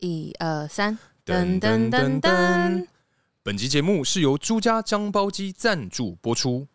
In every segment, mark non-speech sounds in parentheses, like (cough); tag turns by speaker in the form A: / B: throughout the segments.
A: 一二三，
B: 噔噔噔噔。本集节目是由朱家张包鸡赞助播出。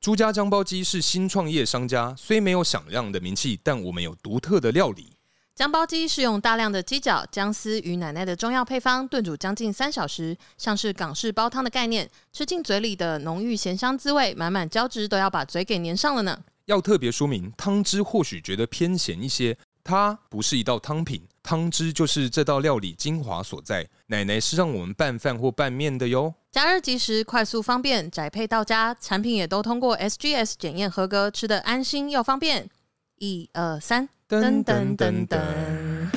B: 朱家张包鸡是新创业商家，虽没有响亮的名气，但我们有独特的料理。
A: 姜包鸡是用大量的鸡脚、姜丝与奶奶的中药配方炖煮将近三小时，像是港式煲汤的概念，吃进嘴里的浓郁咸香滋味，满满胶质都要把嘴给粘上了呢。
B: 要特别说明，汤汁或许觉得偏咸一些，它不是一道汤品，汤汁就是这道料理精华所在。奶奶是让我们拌饭或拌面的哟。
A: 加热即食，快速方便，宅配到家，产品也都通过 SGS 检验合格，吃的安心又方便。一二三，
B: 噔噔噔噔。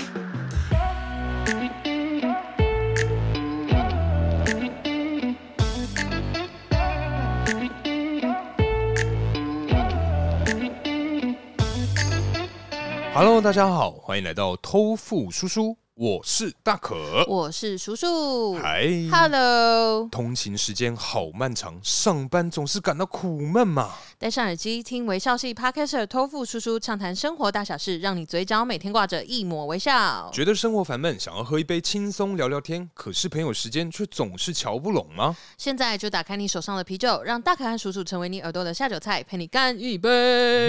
B: Hello，大家好，欢迎来到偷富叔叔，我是大可。
A: 我是叔叔
B: 嗨，
A: ，Hello，
B: 通勤时间好漫长，上班总是感到苦闷嘛。
A: 戴上耳机听微笑系 Podcaster 托付叔叔畅谈生活大小事，让你嘴角每天挂着一抹微笑。
B: 觉得生活烦闷，想要喝一杯轻松聊聊天，可是朋友时间却总是瞧不拢吗？
A: 现在就打开你手上的啤酒，让大可和叔叔成为你耳朵的下酒菜，陪你干一杯。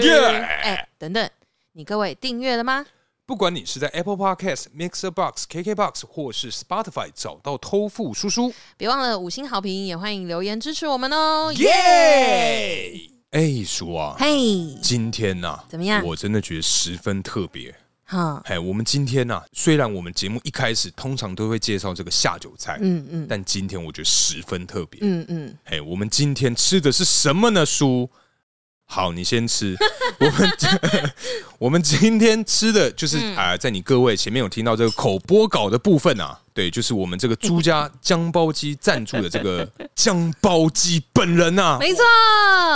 B: Yeah！
A: 哎，等等，你各位订阅了吗？
B: 不管你是在 Apple Podcast、Mixer Box、KK Box 或是 Spotify 找到偷富叔叔，
A: 别忘了五星好评，也欢迎留言支持我们哦。
B: 耶！哎，叔啊，
A: 嘿、
B: 今天呐、
A: 怎么样
B: 我真的觉得十分特别。
A: 哈，
B: 哎，我们今天呐、虽然我们节目一开始通常都会介绍这个下酒菜，
A: 嗯嗯
B: 但今天我觉得十分特别。
A: 嗯嗯，
B: 哎、我们今天吃的是什么呢？叔，好，你
A: (laughs)
B: 先吃。我们 (laughs) 我们今天吃的就是
A: 嗯
B: 啊、在你各位前面有听到这个口播稿的部分啊，对，就是我们这个
A: (laughs)
B: 朱家姜包鸡赞助的这个姜包鸡本人呐、啊。
A: 没错，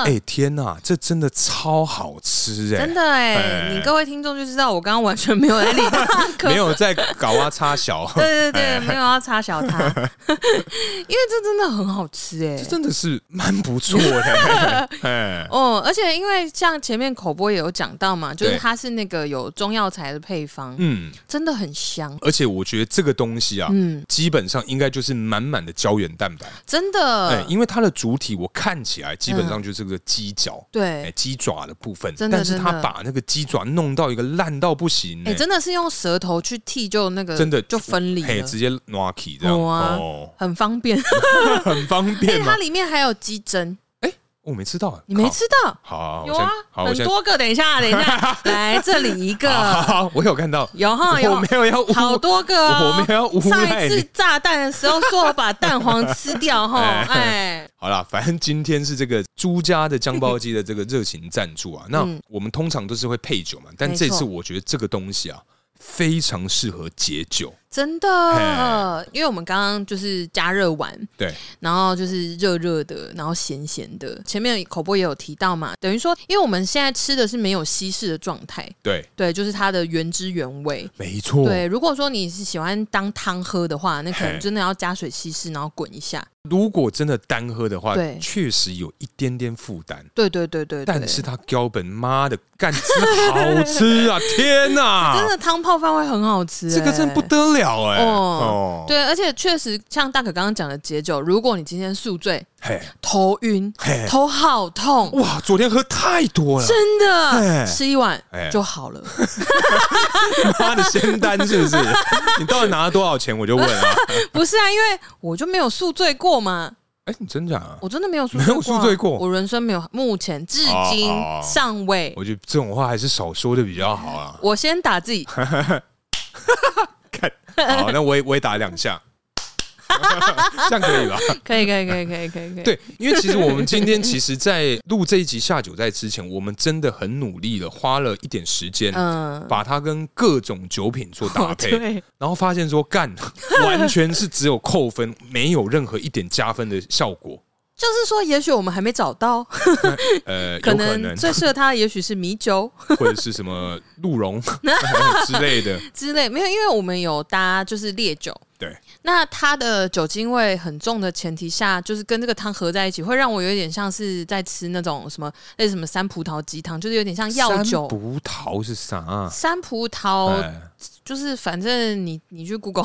B: 哎、天呐、这真的超好吃哎、
A: 真的哎、
B: 哎
A: 你各位听众就知道我刚刚完全没有在理大
B: (laughs)
A: 可
B: 没。有在搞啊插
A: (laughs)
B: 小，(laughs)
A: 对对
B: 哎
A: 对，没有要插小他， (laughs) 因为这真的很好吃哎、
B: 这真的是蛮不错
A: (laughs)
B: 的。哎，
A: 哦，而且因为像前面口播也有讲到嘛，就是
B: 对
A: 它是那个有中药材的配方，
B: 嗯，
A: 真的很香，
B: 而且我觉得这个东西啊，
A: 嗯，
B: 基本上应该就是满满的胶原蛋白。
A: 真的，
B: 哎，因为它的主体我看起来基本上就是这个鸡脚，
A: 嗯对，
B: 哎，
A: 哎、
B: 鸡爪的部分，
A: 真的
B: 但是它
A: 真的
B: 把那个鸡爪弄到一个烂到不行，哎
A: 真的是用舌头去剔，就那个
B: 真的
A: 就分离
B: 嘿，
A: 了，
B: 直接 n o k 这样，
A: 哦啊
B: 哦，
A: 很方
B: (laughs)
A: 便。
B: 很方
A: 而且
B: 便
A: 哎它
B: 嘛。
A: 里面还有鸡胗，
B: 我没吃到，
A: 你没
B: 靠？
A: 吃到？
B: 好好，好
A: 有
B: 我
A: 啊
B: 先，好，我
A: 很
B: 先
A: 多个。等一下，等一
B: (laughs)
A: 下，来这里一
B: 好，
A: 个，
B: 好好我有看到，
A: 有哈
B: 我
A: 有
B: 没。有要污
A: 好多个哦！
B: 我没有诬
A: 上
B: 赖
A: 一
B: 你
A: 次炸弹的时候说我把蛋黄吃掉
B: (laughs)
A: 哈，哎，
B: 好啦，反正今天是这个朱家的酱包鸡的这个热情赞
A: (laughs)
B: 助啊。那我们通常都是会配酒嘛，但
A: 嗯没
B: 这
A: 错
B: 次我觉得这个东西啊，非常适合解酒。
A: 真
B: 哎
A: 的，因为我们刚刚就是加热完，
B: 对，
A: 然后就是热热的，然后咸咸的。前面口播也有提到嘛，等于说，因为我们现在吃的是没有稀释的状态，
B: 对，
A: 对，就是它的原汁原味。
B: 没错。
A: 对，如果说你是喜欢当汤喝的话，那可能
B: 哦嘿
A: 真的要加水稀释，然后滚一下。
B: 如果真的单喝的话
A: 对，
B: 确实有一点点负担。
A: 对对对对对，
B: 但是它标本妈的干真的好
A: (laughs)
B: 吃啊！天哪、
A: 真的汤泡饭会很好吃、
B: 这个真的不。得了哎、
A: 哦
B: 哦，，
A: 对，而且确实像大可刚刚讲的解酒，如果你今天宿醉、
B: 嘿，
A: 头晕
B: 嘿、
A: 头好痛，
B: 哎哇，昨天喝太多了，
A: 真的
B: 哎
A: 吃一碗
B: 哎
A: 就好了。 (laughs)
B: 妈的仙丹是不是？你到底拿了多少钱？我就问啊。
A: 不是啊，因为我就没有宿醉过嘛，
B: 哎、你真假啊？
A: 我真的没有宿醉过啊、
B: 没有宿醉过
A: 我人生没有，目前至今
B: 哦哦哦
A: 尚未。
B: 我觉得这种话还是少说的比较好啊。
A: 我先打
B: (laughs)
A: 自己，
B: 好，那我也我也打两
A: (laughs)
B: 下，这样可以吧？
A: 可以，可以，可以，可以，可以，可以。，
B: 对，因为其实我们今天其实，在录这一集下酒菜之前，我们真的很努力了，花了一点时间，
A: 嗯，
B: 把它跟各种酒品做搭
A: (laughs) 哦
B: 配，
A: 对，
B: 然后发现说，
A: (laughs)
B: 干，完全是只有扣分，没有任何一点加分的效果。
A: 就是说，也许我们还没找到，
B: 呃，
A: 可
B: 有可能
A: 能最适合他，也许是米酒
B: (laughs) 或者是什么
A: (laughs)
B: 鹿茸之类的，
A: 之类，没有，因为我们有搭就是烈酒。
B: 对，
A: 那它的酒精味很重的前提下，就是跟这个汤合在一起，会让我有点像是在吃那种什么类似什么山葡萄鸡汤，就是有点像药哦
B: 山
A: 酒。
B: 葡萄是啥啊？
A: 山葡萄
B: 哎
A: 就是反正你你去 Google，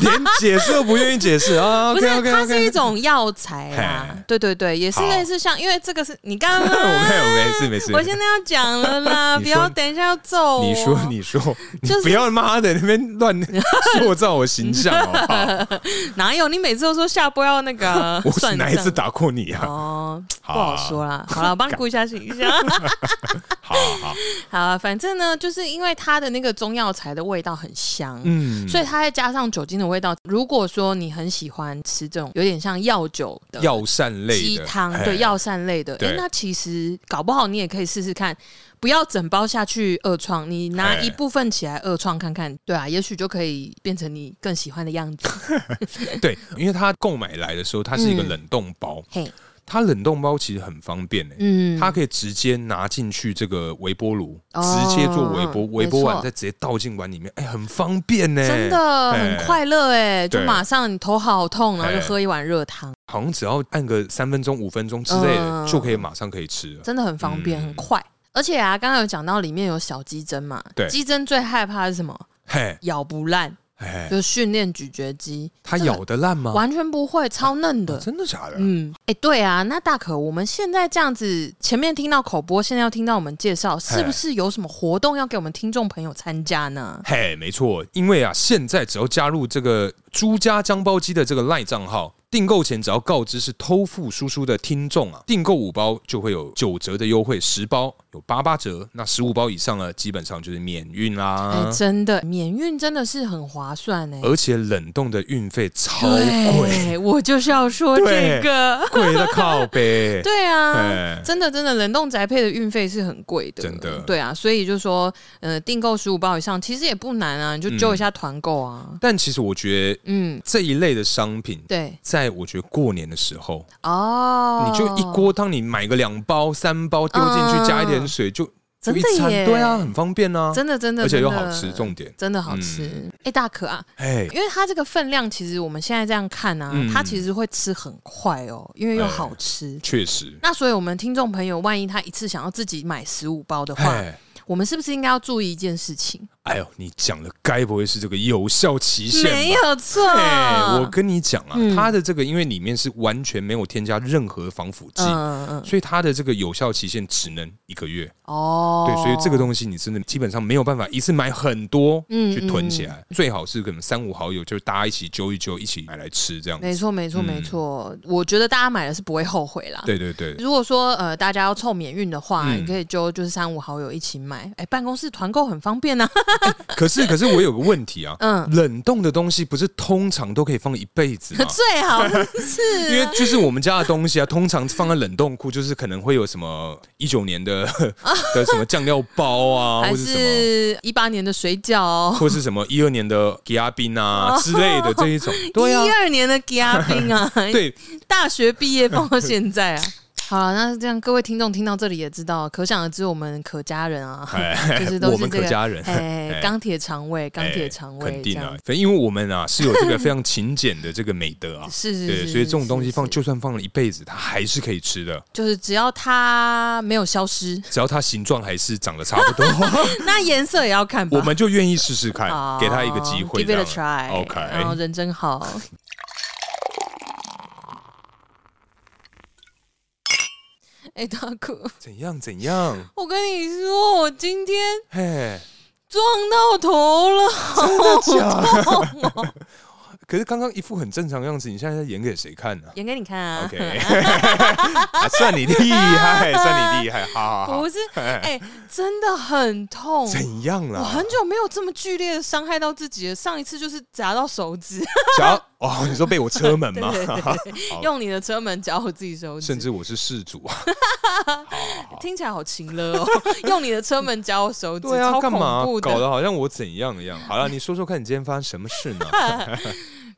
B: 连解释都不愿意解释啊。
A: (laughs) 不是
B: OK OK
A: 它是一
B: OK，
A: 种药材啦
B: 嘿。
A: 对对对，也是
B: 好
A: 类似像，因为这个是你刚刚
B: (laughs) 我 (laughs) 没有没事没事
A: 我现在要讲了啦，
B: (laughs) 你
A: 不
B: 说
A: 要等一下要揍我。
B: 你说
A: (laughs)
B: 你说，你
A: 哦就是
B: 不要妈的那边
A: (laughs)
B: 乱塑造我形象好不好？
A: 哪有？你每次都说下播要那个
B: (laughs) 我
A: 算
B: 是哪一次
A: 账
B: 打过你啊？
A: 哦，不
B: 好
A: 好说啦。好了，我帮你顾一下
B: (laughs)
A: 形象。
B: 好好好，
A: 好啊，反正呢，就是因为它的那个中药材的味道很香，
B: 嗯，
A: 所以它再加上酒精的味道。如果说你很喜欢吃这种有点像药酒的
B: 药膳类的
A: 鸡汤，
B: 嘿
A: 对药膳类的，哎、
B: 对
A: 那其实搞不好你也可以试试看，不要整包下去二创，你拿
B: 嘿
A: 一部分起来二创看看，对啊，也许就可以变成你更喜欢的样
B: (laughs)
A: 子。
B: 对，因为它购买来的时候，它是一个冷冻包，
A: 嘿，
B: 它冷冻包其实很方便诶、
A: 嗯，
B: 它可以直接拿进去这个微波炉，
A: 哦
B: 直接做微波，
A: 没
B: 微波完
A: 错
B: 再直接倒进碗里面，哎、很方便呢、
A: 真的
B: 哎
A: 很快乐哎、就
B: 对
A: 马上你头好痛，然后就
B: 哎
A: 喝一碗热汤，
B: 好像只要按个三分钟、五分钟之类的，
A: 嗯
B: 就可以马上可以吃了。
A: 真的很方便，
B: 嗯
A: 很快。而且啊，刚刚有讲到里面有小鸡胗嘛，
B: 对
A: 鸡胗最害怕的是什么？
B: 嘿，
A: 咬不烂，
B: 哎，
A: 就是训练咀嚼肌，
B: 它
A: 这个
B: 咬得烂吗？
A: 完全不会，超嫩的。
B: 啊真的假的？
A: 嗯，哎、对啊，那大可，我们现在这样子，前面听到口播，现在要听到我们介绍，是不是有什么活动要给我们听众朋友参加呢？
B: (laughs) 嘿，没错，因为啊，现在只要加入这个朱家张包机的这个赖账号，订购前只要告知是偷富叔叔的听众啊，订购五包就会有九折的优惠，十包有八八折，那十五包以上呢，基本上就是免运
A: 哎、
B: 啦。
A: 真的，免运真的是很划算哎、
B: 而且冷冻的运费超呃贵，
A: 对，我就是要说这
B: 对
A: 个。
B: (laughs) 贵的靠呗。
A: (laughs) 对啊
B: 哎，
A: 真的真的，冷冻宅配的运费是很贵的，
B: 真的
A: 对啊，所以就说，呃，订购十五包以上其实也不难
B: 嗯
A: 啊，你就揪一下团购啊。
B: 但其实我觉得
A: 嗯，
B: 这一类的商品，
A: 对，
B: 在我觉得过年的时候，
A: 哦，
B: 你就一，锅汤，你买个两包、三包丢进去，
A: 嗯
B: 加一点水就就
A: 真的
B: 一餐，
A: 耶
B: 对啊，很方便啊，
A: 真的真的，
B: 而且又
A: 真
B: 好
A: 的
B: 吃，重点，嗯
A: 真的好吃。哎、大可啊，
B: 哎，
A: 因为它这个分量，其实我们现在这样看啊，
B: 嗯
A: 它其实会吃很快哦，因为又
B: 哎
A: 好吃。
B: 确实，
A: 那所以，我们听众朋友，万一他一次想要自己买十五包的话，
B: 哎，
A: 我们是不是应该要注意一件事情？
B: 哎呦，你讲的该不会是这个有效期限
A: 没
B: 吧？
A: 有错，
B: 哎，我跟你讲啊
A: 嗯，
B: 它的这个因为里面是完全没有添加任何防腐剂，
A: 嗯嗯，
B: 所以它的这个有效期限只能一个月。
A: 哦，
B: 对，所以这个东西你真的基本上没有办法一次买很多
A: 嗯
B: 去囤起来，最好是可能三五好友就是大家一起揪一揪，一起买来吃这样
A: 没
B: 子。
A: 错没错没错，我觉得大家买了是不会后悔啦。
B: 嗯对对对，
A: 如果说呃大家要凑免运的话，
B: 嗯
A: 你可以就就是三五好友一起买，哎，办公室团购很方便呐、啊
B: 啊可是可是我有个问题啊，
A: 嗯，
B: 冷冻的东西不是通常都可以放一辈子
A: (laughs)
B: 吗？
A: (laughs) 最好
B: (laughs) 因
A: 是
B: 为就是我们家的东西啊，通常放在冷冻库，就是可能会有什么一九年
A: (laughs)
B: 的的什么酱料包啊，
A: 还
B: 或者什么，
A: 是一八年的水饺、
B: 或是什么一二年的吉亚
A: (laughs)
B: 冰啊之类的这一种。 (laughs) 对啊
A: 哦一，二年的嘉宾啊，
B: (laughs) 对，
A: 大学毕业放到现在啊。好了，那这样各位听众听到这里也知道，可想而知我们可家人啊，
B: 哎
A: (laughs) (laughs) 就是都
B: 我
A: 是
B: 们
A: 这
B: 客
A: 个
B: 家人，
A: 哎
B: (laughs) 哎
A: 钢铁肠胃，钢铁肠胃
B: 哎肯
A: 这
B: 定啊
A: 样，，，
B: 反正因为我们啊是有这个非常勤俭的这个美德
A: (laughs)
B: 啊
A: 是是
B: 对，
A: 是，
B: 所以这种东西
A: 是
B: 放
A: 是
B: 就算放了一辈子，它还是可以吃的，
A: 就是只要它没有消
B: (laughs)
A: 失，
B: 只要它形状还是长得差不
A: (laughs)
B: 多，
A: 那颜色也要看吧。
B: (laughs) 我们就愿意试试看
A: 好，
B: 给他一个机会
A: ，give
B: 这
A: it
B: 样
A: a try。
B: OK，
A: 然后人真好。 (laughs) 哎、大哥，
B: 怎样
A: (laughs)
B: 怎样？
A: 我跟你说，我今天
B: 嘿，
A: 撞到头了，
B: 真的假的？
A: 哦
B: 可是刚刚一副很正常的样子，你现在在演给谁看
A: (laughs)
B: 呢、
A: 演给你看啊。
B: OK，啊算你厉害，
A: (laughs)
B: 算你厉害，好好好
A: 不，
B: (laughs)
A: 是，哎、真的很痛。
B: 怎样
A: 我
B: 啦
A: 很？久没有这么剧烈的伤害到自己了。上一次就是夹到手指，
B: 想要哦，你说被我车门吗？
A: (laughs) 对对对
B: 好
A: 用你的车门夹我自己手指，
B: 甚至我是事主啊，
A: (laughs) 听起来好情了哦， (laughs) 用你的车门夹我手指，
B: 对啊，
A: 超
B: 干
A: 恐
B: 嘛
A: 怖的。
B: 搞得好像我怎样一样？好了，你说说看你今天发生什么事
A: (laughs)
B: 呢？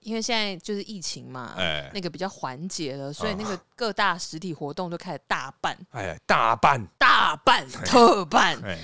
A: 因为现在就是疫情嘛，
B: 哎
A: 那个比较缓解了，所以
B: 啊
A: 那个各大实体活动就开始大办、
B: 哎哎，大办，
A: 大办、特办，
B: 哎，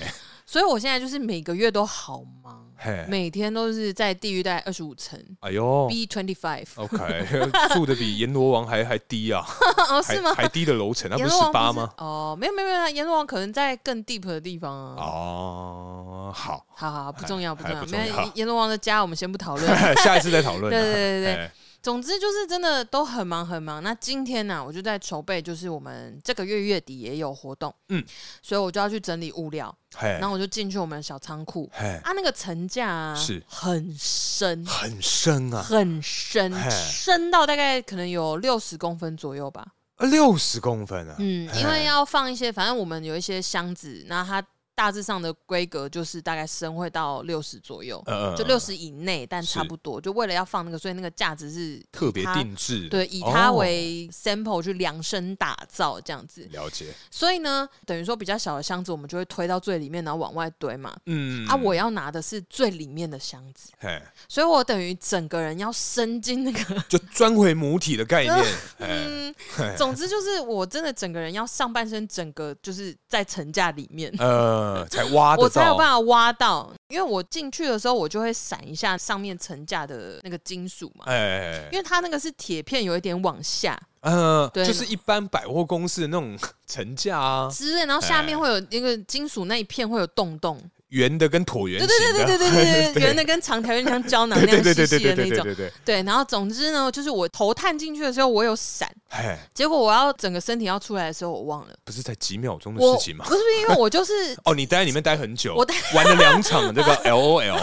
A: 所以我现在就是每个月都好忙，
B: 嘿，
A: 每天都是在地狱带二十五层
B: 哎呦
A: B twenty five，
B: 哦，OK，住 (laughs) 的比阎罗王还还低啊，
A: (laughs) 哦
B: 还
A: 是吗？
B: 还低的楼层，那
A: 阎
B: 不是
A: 罗王
B: 十八吗？？
A: 哦，没有没有没有，阎罗王可能在更 deep 的地方啊。
B: 哦，好， (laughs)
A: 好好，不重要，不
B: 还
A: 重要，
B: 哎不重
A: 没有
B: 要
A: 阎罗王的家我们先不
B: (laughs)
A: 讨论。
B: 下一次再讨
A: 对
B: 论啊。
A: 对对对，
B: 哎
A: 总之就是真的都很忙很忙。那今天呢、我就在筹备，就是我们这个月月底也有活动，嗯
B: 嗯，哎
A: 所以我就要去整理物料，
B: 嘿
A: 然，后我就进去我们的小仓库，
B: 嘿，
A: 啊，那个层架、啊、
B: 哎是
A: 很深。
B: 很深啊，
A: 很深，
B: 嘿
A: 深到大概可能有六十公分左右吧。
B: 六十公分啊，
A: 嗯，因为要放一些，反正我们有一些箱子，那它大致上的规格就是大概深会到六十左右，
B: 呃
A: 就六十以内，但
B: 是
A: 差不多。就为了要放那个，所以那个架子是以
B: 特别
A: 它
B: 定制的，
A: 对，以
B: 哦嗯
A: 它为 sample 去量身打造这样子。
B: 了解，
A: 所以呢，等于说比较小的箱子，我们就会推到最里面，然后往外堆嘛。
B: 嗯
A: 啊，我要拿的是最里面的箱子，
B: 嘿，
A: 所以我等于整个人要伸进那个， (laughs)
B: 就钻回母体的概念，哎，
A: 嗯，
B: 嘿
A: 总之就是我真的整个人要上半身整个就是在层架里面，
B: 呃，才挖
A: 我
B: 得
A: 才有办
B: 到，
A: 法挖到。因为我进去的时候，我就会闪一下上面层架的那个金属嘛，
B: 哎
A: 因，为它那个是铁片，有一点往下，
B: 呃，
A: 对
B: 就是一般百货公司的那种 (laughs) 层架啊，
A: 之类，然后下面会有那个金属那一片会有洞洞，
B: 圆的跟椭圆
A: 对
B: 形
A: 对对对
B: 的，
A: 对对对，圆的跟长条有点像胶囊那样
B: 对
A: 细
B: 对对
A: 细的
B: 对对
A: 那
B: 对
A: 种。
B: 对对，
A: 对，然后总之呢，就是我头探进去的时候，我有闪，
B: 嘿，
A: 结果我要整个身体要出来的时候，我忘了。
B: 不是才几秒钟的
A: 我
B: 事
A: 不是
B: 情吗？
A: 因为我就是
B: 哦，你待在里面待很久，
A: 我待
B: 玩了两场这个 L O L，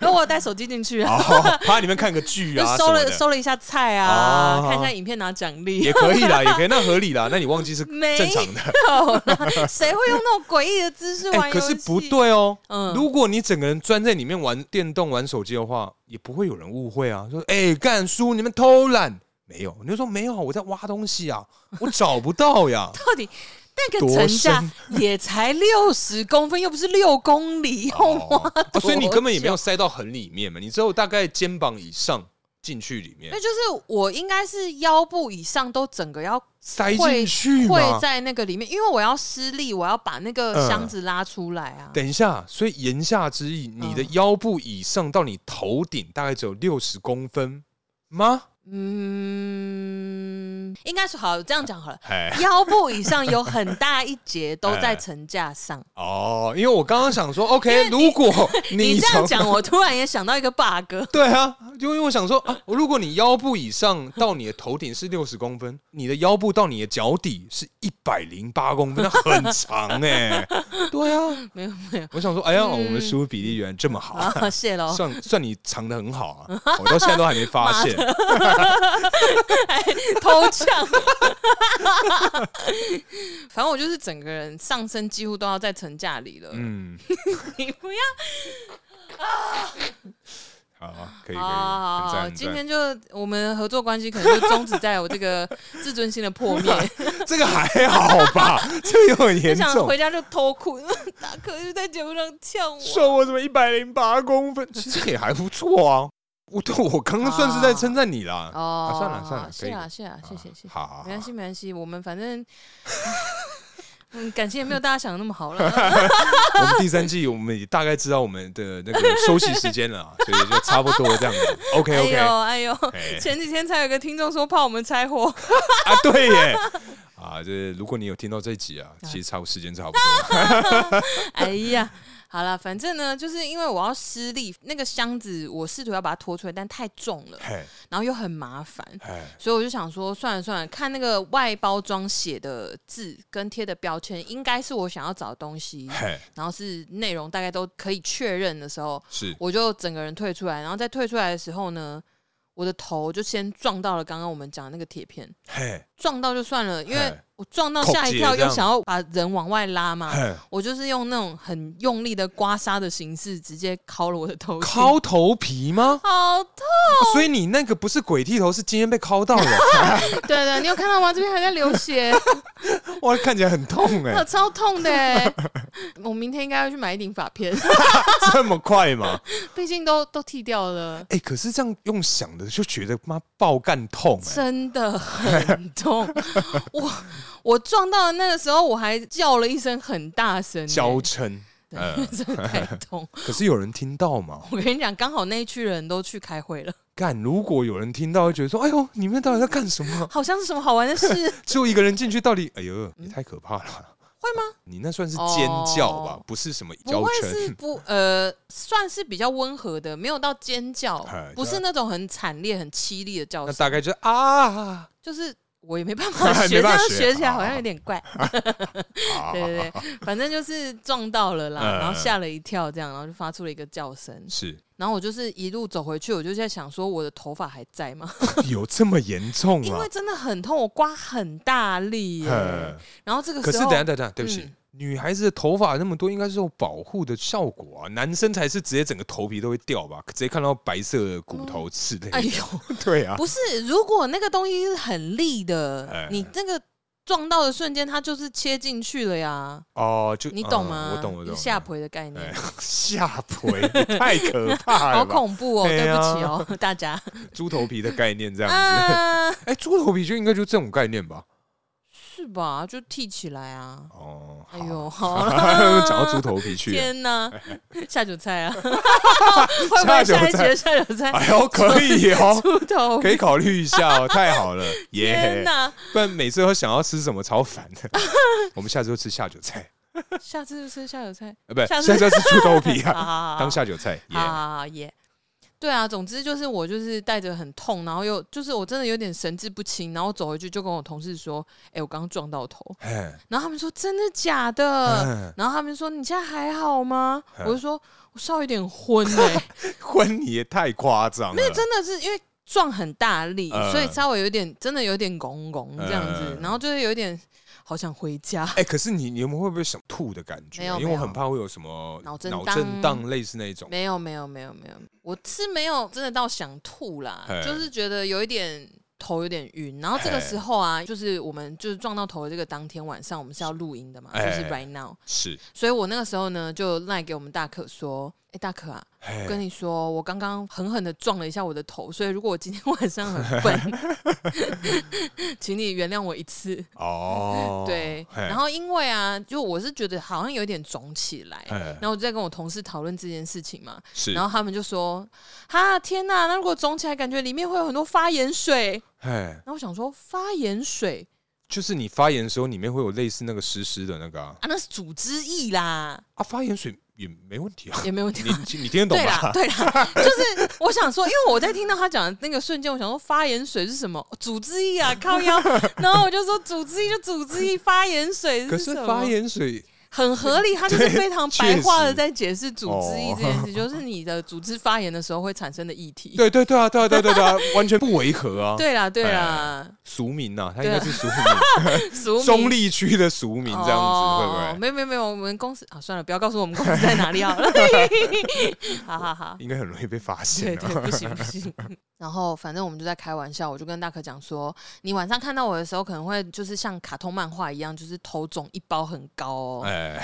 A: 因为我有带手机进去啊，
B: 哦，趴在里面看个剧
A: 就
B: 啊什
A: 收
B: 么
A: 了
B: 的，
A: 收了一下菜啊，
B: 哦
A: 看一下影片拿奖
B: 也
A: 励。
B: 可以啦，也可以，那合理啦，那你忘记是
A: 没
B: 正常的，
A: 有啦，谁会用那种诡异的姿势玩
B: 哎，
A: 游
B: 可
A: 戏？
B: 是不，对哦。
A: 嗯，。
B: 如果你整个人钻在里面玩电动、玩手机的话，也不会有人误会啊。说，哎、干叔，你们偷懒没有？你就说没有啊，我在挖东西啊，我找不到呀
A: 到底那个
B: 多
A: 层架
B: 深
A: 也才六十公分，又不是六公里，用
B: 哦
A: 挖多
B: 所以你根本也没
A: 久
B: 有塞到很里面嘛，你只有大概肩膀以上进去里面
A: 那就是我应该是腰部以上都整个要
B: 塞
A: 会
B: 进去
A: 会
B: 嘛。
A: 在那个里面，因为我要施力，我要把那个
B: 嗯
A: 箱子拉出来啊。
B: 等一下，所以言下之意，你的
A: 嗯
B: 腰部以上到你头顶大概只有六十公分吗？。
A: 嗯，应该是好这样讲好了
B: (laughs) 哎，
A: 腰部以上有很大一截都在层架
B: (laughs)
A: 上。
B: 哦，因为我刚刚
A: (laughs)
B: 想说，OK，如果
A: 你这
B: 从
A: 样讲，我突然也想到一个 bug。
B: 对啊，就因为我想说啊，如果你腰部以上到你的头顶是六十公分，你的腰部到你的脚底是一百零八公分，那很长
A: (laughs)
B: 哎、对啊，
A: (laughs) 没有没有
B: 我想说，哎呀，我们食物比例原来这么好，
A: 啊，
B: (laughs)
A: 谢喽。
B: 算算你藏的很
A: (laughs)
B: 好啊，我到现在都还没发现。
A: 偷呛。 (laughs) 反正我就是整个人上身几乎都要在层架里了。
B: 嗯，
A: (laughs) 你不要
B: 好啊，可以可以，
A: 好
B: 很
A: 好
B: 赞
A: 好，
B: 很
A: 哦今
B: 赞。
A: 天就我们合作关系可能就终止在我这个自尊心的破灭。
B: 这个还好
A: (laughs)
B: 吧？这个有很
A: 就
B: 严
A: 想
B: 重
A: 回。家就偷哭， (laughs) 大可就在节目上呛我。
B: 说我怎么一百零八公分，其实也还不错啊。我对我刚刚算是在称赞你啦。
A: 哦
B: 啊算了算了
A: 是啊
B: 可以
A: 是啊，谢谢谢谢，
B: 好好好
A: 没关系没关系，我们反正。 (laughs) 嗯，感情也没有大家想的那么好了。
B: (laughs) 我们第三季我们也大概知道我们的那个休息时间了
A: (laughs)
B: 啊，所以就差不多这样子。OK
A: 哎
B: OK 啊，
A: 呦哎呦，
B: 哎
A: 前几天才有个听众说怕我们拆
B: (laughs)
A: 伙，
B: 对耶啊，这如果你有听到这一集啊，其实差不多时间差不多。
A: 哎呀，好了，反正呢，就是因为我要施力，那个箱子我试图要把它拖出来，但太重了，
B: 嘿
A: 然后又很麻烦，
B: 嘿
A: 所以我就想说，算了算了，看那个外包装写的字跟贴的标签，应该是我想要找的东西，
B: 嘿，
A: 然后是内容大概都可以确认的时候，
B: 是
A: 我就整个人退出来，然后在退出来的时候呢，我的头就先撞到了刚刚我们讲的那个铁片，
B: 嘿
A: 撞到就算了，因为
B: 嘿
A: 我撞到吓一跳，
B: 扣结这
A: 又
B: 样
A: 想要把人往外拉嘛，
B: 嘿，
A: 我就是用那种很用力的刮痧的形式，直接敲了我的头颈，
B: 敲头皮吗？
A: 好痛！
B: 哦所以你那个不是鬼剃头，是今天被敲到
A: (laughs)
B: 的，
A: 对对，你有看到吗？这边还在流血，
B: 哇，看起来很痛哎
A: 我，超痛的欸。我明天应该要去买一顶发片，
B: 这么快吗？
A: 毕竟都都剃掉了，
B: 哎、可是这样用想的就觉得妈爆干痛哎、
A: 真的很痛。 (laughs) 我我撞到的那个时候，我还叫了一声很大声欸，
B: 娇嗔
A: 对， (laughs) 真的太痛。
B: 可是有人听到吗？
A: 我跟你讲，刚好那一区人都去开会了， (laughs)
B: 干，如果有人听到，会觉得说：“哎呦，你们到底在干什么？”
A: 好像是什么好玩的事，
B: 只有一个人进去，到底哎
A: 嗯
B: 呦，也太可怕了。
A: 会吗？
B: 你那算是尖叫吧
A: 哦，
B: 不是什么
A: 不
B: 娇
A: 会是
B: 嗔。
A: 不呃，算是比较温和的，没有到尖叫
B: 哎，
A: 不是那种很惨烈、很凄厉的叫
B: 那
A: 声，
B: 大概就是啊，
A: 就是我也没办法
B: 没
A: 学，这
B: 办
A: 样
B: 法学
A: 学起来好像有点怪。
B: 啊
A: 对对对，反正就是撞到了啦，
B: 嗯
A: 然后吓了一跳，这样，然后就发出了一个叫声。
B: 是
A: 然后我就是一路走回去，我就在想说，我的头发还在吗？
B: (laughs) 有这么严重
A: 因
B: 啊
A: 为？真的很痛，我刮很大力耶。
B: 嗯
A: 然后这个
B: 可是
A: 时候
B: 等一下等一下，对不起
A: 嗯，
B: 女孩子的头发那么多，应该是有保护的效果啊，男生才是直接整个头皮都会掉吧，直接看到白色的骨头之类
A: 哎
B: 的。
A: 呦，
B: (laughs) 对啊，
A: 不是，如果那个东西是很利的，
B: 哎
A: 你那个撞到的瞬间，它就是切进去了呀，
B: 哦，就
A: 你
B: 嗯
A: 懂吗？
B: 我懂，我懂。
A: 下垂的概念
B: 哎，下垂太可
A: (laughs)
B: 怕
A: 好
B: 了吧，
A: 恐怖哦，
B: 哎
A: 对
B: 呀
A: 不起哦，大家
B: 猪头皮的概念这样子。
A: 啊，
B: 哎，猪头皮就应该就这种概念吧？
A: (laughs) 是吧？就剃起来啊。
B: 哦，
A: 哎
B: 好
A: 呦，好了，
B: (laughs) 讲到猪头皮去了，
A: 天
B: (laughs)
A: 哪，下酒菜啊！会不会下一集的下酒菜
B: 哎呦，可以哦，
A: (laughs) 出头？
B: 可以考虑一下哦，太好了，
A: (laughs) 天
B: 耶！
A: 哪，
B: 不然每次都想要吃什么超烦的。 (laughs) 我们下周吃下酒菜，
A: 下次就吃下酒菜。
B: 呃，不，
A: 下
B: 下
A: 次
B: 周吃猪头皮
A: (laughs) 好
B: 啊，
A: 好好，
B: 当下酒菜，耶！
A: 啊耶。对啊，总之就是我就是带着很痛，然后又就是我真的有点神志不清，然后走回去就跟我同事说：“哎、我刚刚撞到头。
B: 哎”
A: 然后他们说：“真的假的
B: 嗯？”
A: 然后他们说：“你现在还好吗？”
B: 嗯
A: 我就说：“我稍微有点昏哎、
B: 婚礼也太夸张了，
A: 真的是因为撞很大力，
B: 嗯
A: 所以稍微有点真的有点拱拱这样子，
B: 嗯
A: 然后就是有点好想回
B: (laughs)
A: 家。
B: 哎、可是你你们会不会想吐的感觉？
A: 没有
B: 因为我
A: 没有
B: 很怕会有什么
A: 脑震
B: 脑
A: 荡
B: 震荡类似那一种。
A: 没有没有没有没有，我是没有真的到想吐啦，
B: 嘿
A: 就是觉得有一点头有点晕。然后这个
B: 嘿
A: 时候啊，就是我们就是撞到头的这个当天晚上，我们是要录音的嘛，就
B: 嘿
A: 是 right now。
B: 是，
A: 所以我那个时候呢，就赖给我们大可说：“哎、大可啊，
B: 哎
A: 我跟你说，我刚刚狠狠的撞了一下我的头，所以如果我今天晚上很
B: (laughs)
A: 笨，请你原谅我一次。”
B: 哦，
A: 对，
B: 嘿
A: 然后因为啊，就我是觉得好像有点肿起来，
B: 嘿
A: 然后我就在跟我同事讨论这件事情嘛，
B: 是，
A: 然后他们就说：“哈，天呐，那如果肿起来，感觉里面会有很多发炎水。
B: 哎”，
A: 然后我想说，发炎水
B: 就是你发炎的时候，里面会有类似那个湿湿的那个啊，
A: 啊，那是组织液啦，
B: 啊发炎水也没问题啊， (laughs)
A: 也没问题
B: 你。你你听得
A: 对
B: 懂
A: 啦，
B: 吧？
A: 对啦，就是我想说，因为我在听到他讲的那个瞬间，我想说发炎水是什么？组织液啊，靠腰。 (laughs) 然后我就说组织液就组织液，发炎水
B: (laughs) 可
A: 什
B: 是
A: 么？
B: 发炎水
A: 很合理，他就是非常白话的在解释组织
B: 确哦
A: 液
B: 实
A: 这件事， (laughs) 就是你的组织发炎的时候会产生的液体。
B: 对对对啊，对啊对啊对啊对啊，完全不违和
A: (laughs)
B: 啊。
A: 对啦，对啦，
B: 俗民呐、啊，他应
A: 对啊
B: 该是俗民，
A: 俗民
B: 中立区的俗民这样子，
A: 哦
B: 会不
A: 没有没有没有，我们公司啊，算了，不要告诉我们公司在哪里好
B: (laughs)
A: 了。好好好
B: 会？，应该很容易被发
A: 对
B: 现啊。
A: 对，不行不行。然后反正我们就在开玩笑，我就跟大可讲说，你晚上看到我的时候，可能会就是像卡通漫画一样，就是头肿一包很高哦，
B: (laughs)
A: (laughs)
B: 哎，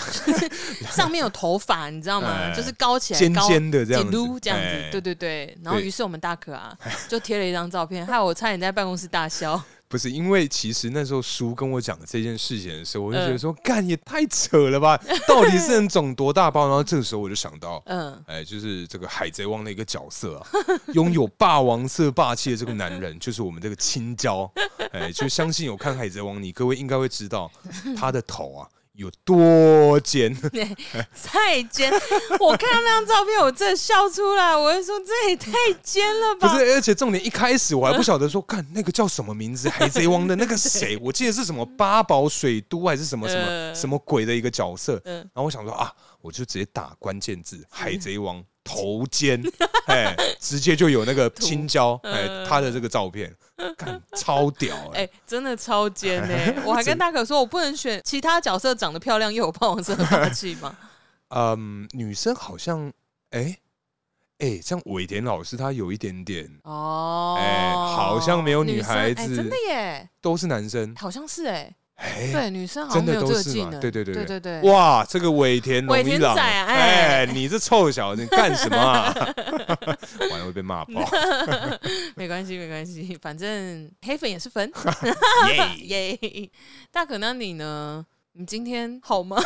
A: 上面有头发，你知道吗？
B: 哎
A: 就是高起来，
B: 尖
A: 高
B: 尖的这样
A: 几
B: 子，
A: 撸这样子
B: 哎，
A: 对对对。然后
B: 对
A: 于是我们大可啊， (laughs) 就贴了一张照片，害我差点在办公室大笑。 (laughs)
B: 不是因为其实那时候叔跟我讲这件事情的时候，我就
A: 嗯
B: 觉得说，干、也太扯
A: (laughs)
B: 了吧！到底是能肿多大包？然后这个时候我就想到，
A: 嗯，
B: 哎，就是这个海贼王的一个角色啊，拥有霸王色霸气的这个
A: (laughs)
B: 男人，就是我们这个青椒。哎，就相信有看海贼王，你各位应该会知道他的头啊有多尖。
A: 太尖！ (laughs) 我看那张照片，我真的笑出来，我就说这也太尖了
B: (laughs) 不
A: 吧！
B: 是，而且重点一开始我还不晓得说，看那个叫什么名字，《海贼王》的那个谁， (laughs) 嗯我记得是什么八宝水都还是什么什么
A: 呃
B: 什么鬼的一个角色。
A: 嗯
B: 然后我想说啊，我就直接打关键字《海贼王》头 (laughs) 肩，哎，直接就有那个青椒，哎，他的这个照片，看超屌
A: 哎、
B: (laughs) 哎，
A: 真的超尖呢、
B: (laughs)
A: 我还跟大可说，我不能选其他角色长得漂亮又有霸王色霸气嘛。
B: (laughs) 嗯，女生好像哎哎，像尾田老师他有一点点
A: 哦，
B: 哎好像没有女
A: 生
B: 孩
A: 哎
B: 子
A: 真的耶，
B: 都是男生，
A: 好像是哎、
B: 哎，
A: 对，女生好像
B: 真
A: 没有
B: 的
A: 这
B: 都
A: 个
B: 是
A: 技
B: 嘛
A: 能，？
B: 对对对
A: 对对对
B: 哇，这个尾田荣一
A: 尾田
B: 郎，
A: 仔啊哎
B: 哎，你这臭小子，你干什么
A: (laughs)
B: 啊？完了会被骂爆，
A: 没关系没关系，反正黑粉也是粉，
B: 耶！
A: 耶、大可那你呢？你今天好 (laughs) 吗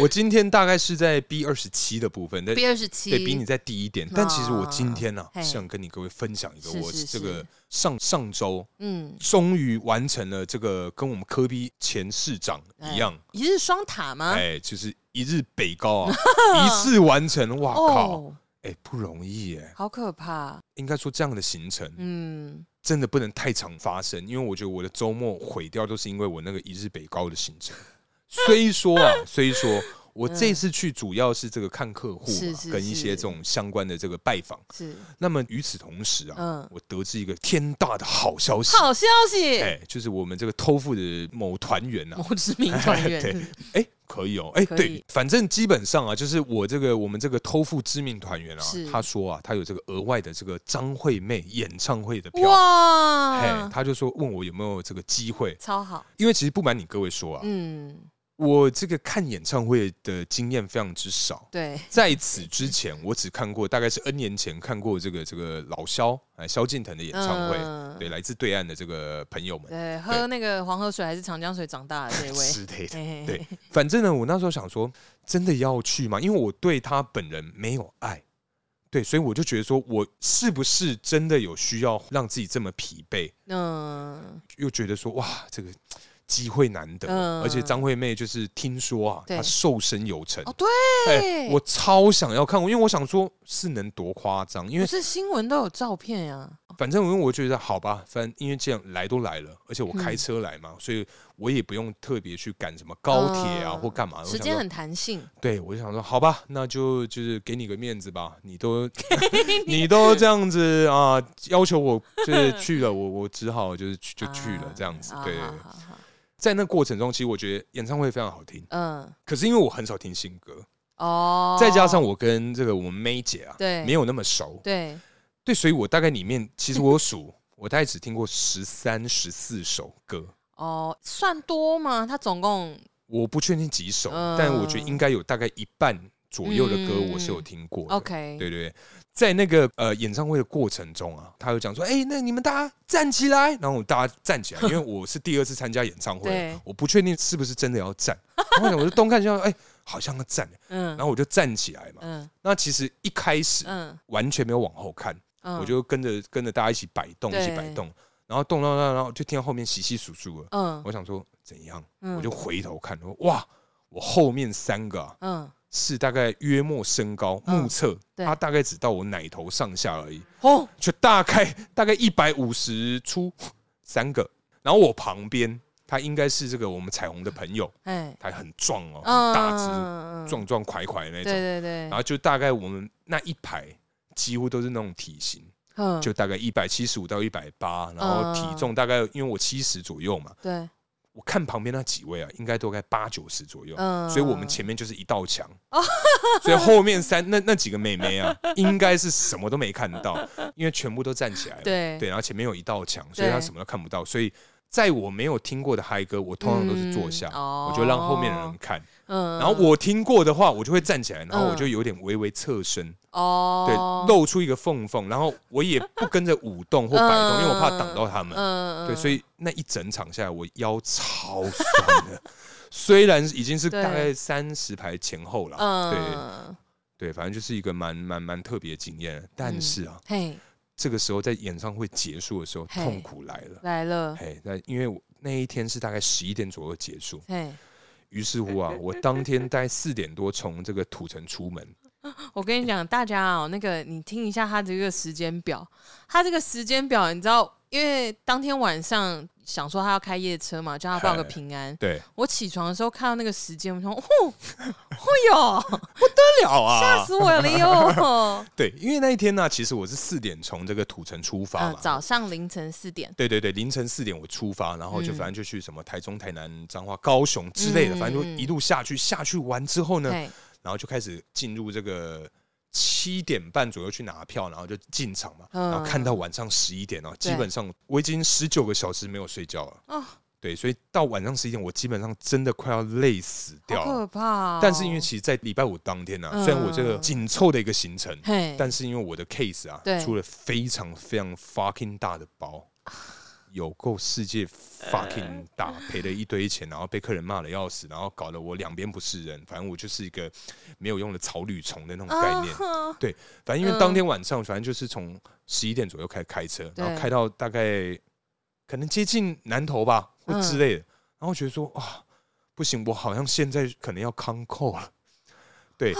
B: 我今天大概是在 B 二十七的部分，但
A: ？B 二十七，
B: 对比你再低一点。但其实我今天呢、
A: 嘿
B: 啊，想跟你各位分享一个
A: 是
B: 我
A: 是
B: 这个上上周
A: 嗯，
B: 终于完成了这个跟我们科比前市长一样，
A: 一日双塔吗？
B: 哎、就是一日北
A: (laughs)
B: 高啊，一次完成，哇靠，
A: 哦，
B: 哎、不容易耶。
A: 好可怕。
B: 应该说这样的行程
A: 嗯，
B: 真的不能太常发生，因为我觉得我的周末毁掉都是因为我那个一日北高的行程。虽
A: (laughs)
B: 说啊，虽说我这次去主要是这个看客户
A: 嗯是
B: 嘛
A: 是，
B: 跟一些
A: 是
B: 这种相关的这个拜访。
A: 是
B: 那么与此同时啊，
A: 嗯
B: 我得知一个天大的好消息，
A: 好消息。
B: 哎、就是我们这个偷富的某团员啊，
A: 某知名
B: (laughs)
A: 团
B: 对
A: 员，
B: 哎、可以哦、哎、
A: 可以
B: 对，反正基本上啊，就是我这个我们这个偷富知名团员啊
A: 是，
B: 他说啊，他有这个额外的这个张惠妹演唱会的票，哎、
A: 哇，
B: 他就说问我有没有这个机会，
A: 超好。
B: 因为其实不瞒你各位说啊，
A: 嗯，
B: 我这个看演唱会的经验非常之少。
A: 对，
B: 在此之前，我只看过大概是 N 年前看过这个这个老萧哎萧敬腾的演唱会，
A: 嗯
B: 对来自对岸的这个朋友们
A: 对，喝那个黄河水还是长江水长大的这
B: (laughs)
A: 位，
B: 之类的。
A: 嘿嘿
B: 对，反正呢，我那时候想说，真的要去吗？因为我对他本人没有爱，对，所以我就觉得说，我是不是真的有需要让自己这么疲惫？
A: 嗯，
B: 又觉得说，哇，这个机会难得，
A: 嗯
B: 而且张惠妹就是听说啊，
A: 对
B: 她瘦身有成。
A: 哦对
B: 哎我超想要看过，因为我想说，是能多夸张？因
A: 不
B: 为啊
A: 是新闻都有照片呀，
B: 反正因为我觉得好吧，反正因为这样来都来了，而且我开车来嘛，所以我也不用特别去赶什么高铁啊、
A: 嗯
B: 或干嘛。我
A: 时
B: 想
A: 间
B: 说
A: 很弹性，
B: 对，我就想说，好吧，那就就是给你个面子吧，
A: (laughs)
B: 你都你都这样子啊、要求我就是去了，我我只好就是去就去了
A: 啊
B: 这样子。
A: 啊
B: 对，
A: 好好好
B: 在那过程中，其实我觉得演唱会非常好听，
A: 嗯，
B: 可是因为我很少听新歌，
A: 哦，
B: 再加上我跟这个我们 May 姐啊，
A: 对
B: 没有那么熟，
A: 对，
B: 对，所以我大概里面其实我有数，我大概只听过十三、十四首歌，
A: 哦，算多吗？他总共
B: 我不确定几首，
A: 嗯
B: 但我觉得应该有大概一半左右的歌
A: 嗯
B: 我是有听过的。
A: OK，
B: 对对对，在那个呃演唱会的过程中啊，他有讲说，哎、那你们大家站起来，然后我大家站起来，因
A: (laughs)
B: 为我是第二次参加演唱
A: 对
B: 会，我不确定是不是真的要站，然后我想我就东看西看，哎、好像要站，
A: 嗯
B: 然后我就站起来嘛。
A: 嗯
B: 那其实一开始
A: 嗯
B: 完全没有往后看，
A: 嗯，
B: 我就跟着跟着大家一起摆动，一起摆
A: 对
B: 动，然后动动动，然后就听到后面稀稀疏疏了。
A: 嗯
B: 我想说怎样，
A: 嗯
B: 我就回头看，我说哇，我后面三个、啊、
A: 嗯，
B: 是大概约莫身高，
A: 嗯
B: 目测
A: 对
B: 他大概只到我奶头上下而已，
A: 哦，
B: 就大概大概一百五十出三个。然后我旁边他应该是这个我们彩虹的朋友，
A: 哎，
B: 他很壮哦，
A: 嗯，
B: 很大只，
A: 嗯，嗯
B: 壮壮块块那
A: 对
B: 种。
A: 对对，
B: 然后就大概我们那一排几乎都是那种体型，
A: 嗯，
B: 就大概一百七十五到一百八，然后体重大概因为我七十左右嘛，
A: 对，
B: 我看旁边那几位啊，应该都在八九十左右。
A: 嗯，哦
B: 所以我们前面就是一道墙，所以后面三那那几个妹妹啊，应该是什么都没看到，因为全部都站起来了，
A: 对
B: 然后前面有一道墙，所以她
A: 对
B: 什么都看不到，所以在我没有听过的嗨歌，我通常都是坐下，
A: 嗯哦
B: 我就让后面的人看，
A: 嗯，
B: 然后我听过的话，我就会站起来，然后
A: 嗯
B: 我就有点微微侧身，
A: 哦，
B: 对，露出一个缝缝，然后我也不跟着舞动或摆动，
A: 嗯
B: 因为我怕挡到他们，
A: 嗯，嗯
B: 对，所
A: 以
B: 以那一整场下来，我腰超酸的。 (laughs) 虽然已经是大概
A: 对
B: 三十排前后了，对
A: 嗯，
B: 对，反正就是一个蛮蛮蛮特别的经验。但是啊，
A: 嘿，
B: 这个时候在演唱会结束的时候，
A: 嘿
B: 痛苦来了。
A: 来了，
B: 嘿，那因为我那一天是大概十一点左右结束，
A: 嘿，
B: 于
A: (laughs)
B: 是乎啊，我当天大概四点多从这个土城出门，
A: 我跟你讲，大家哦，那个你听一下他这个时间表，他这个时间表，你知道，因为当天晚上想说他要开夜车嘛，叫他报个
B: 嗨
A: 平安。
B: 对，
A: 我起床的时候看到那个时间，我说，哦，哦哟，
B: 不
A: (laughs)
B: 了
A: 吓
B: 啊，
A: (laughs) 死我了哟！
B: 对，因为那一天呢、其实我是四点从这个土城出发
A: 呃
B: 嘛，
A: 早上凌晨四点，
B: 对对对，凌晨四点我出发，然后就
A: 嗯
B: 反正就去什么台中、台南、彰化、高雄之类的，
A: 嗯
B: 反正就一路下去，下去完之后呢，
A: 对，
B: 然后就开始进入这个七点半左右去拿票，然后就进场嘛，
A: 嗯
B: 然后看到晚上十一点哦，
A: 对
B: 基本上我已经十九个小时没有睡觉了，
A: 哦
B: 对，所以到晚上十一点，我基本上真的快要累死
A: 好
B: 掉
A: 可
B: 了。
A: 怕哦、
B: 但是因为其实，在礼拜五当天呢、啊，
A: 嗯
B: 虽然我这个紧凑的一个行程，
A: 嘿，
B: 但是因为我的 case 啊
A: 对，
B: 出了非常非常 fucking 大的包，有够世界 fucking 大，赔了一堆钱，然后被客人骂的要死，然后搞得我两边不是人。反正我就是一个没有用的草履虫的那种概念。
A: 哦
B: 对，反正因为当天晚上，反正就是从十一点左右开始开车，然后
A: 对
B: 开到大概可能接近南头吧，或之
A: 嗯
B: 类的。然后觉得说啊，不行，我好像现在可能要康扣了。
A: 啊
B: 对，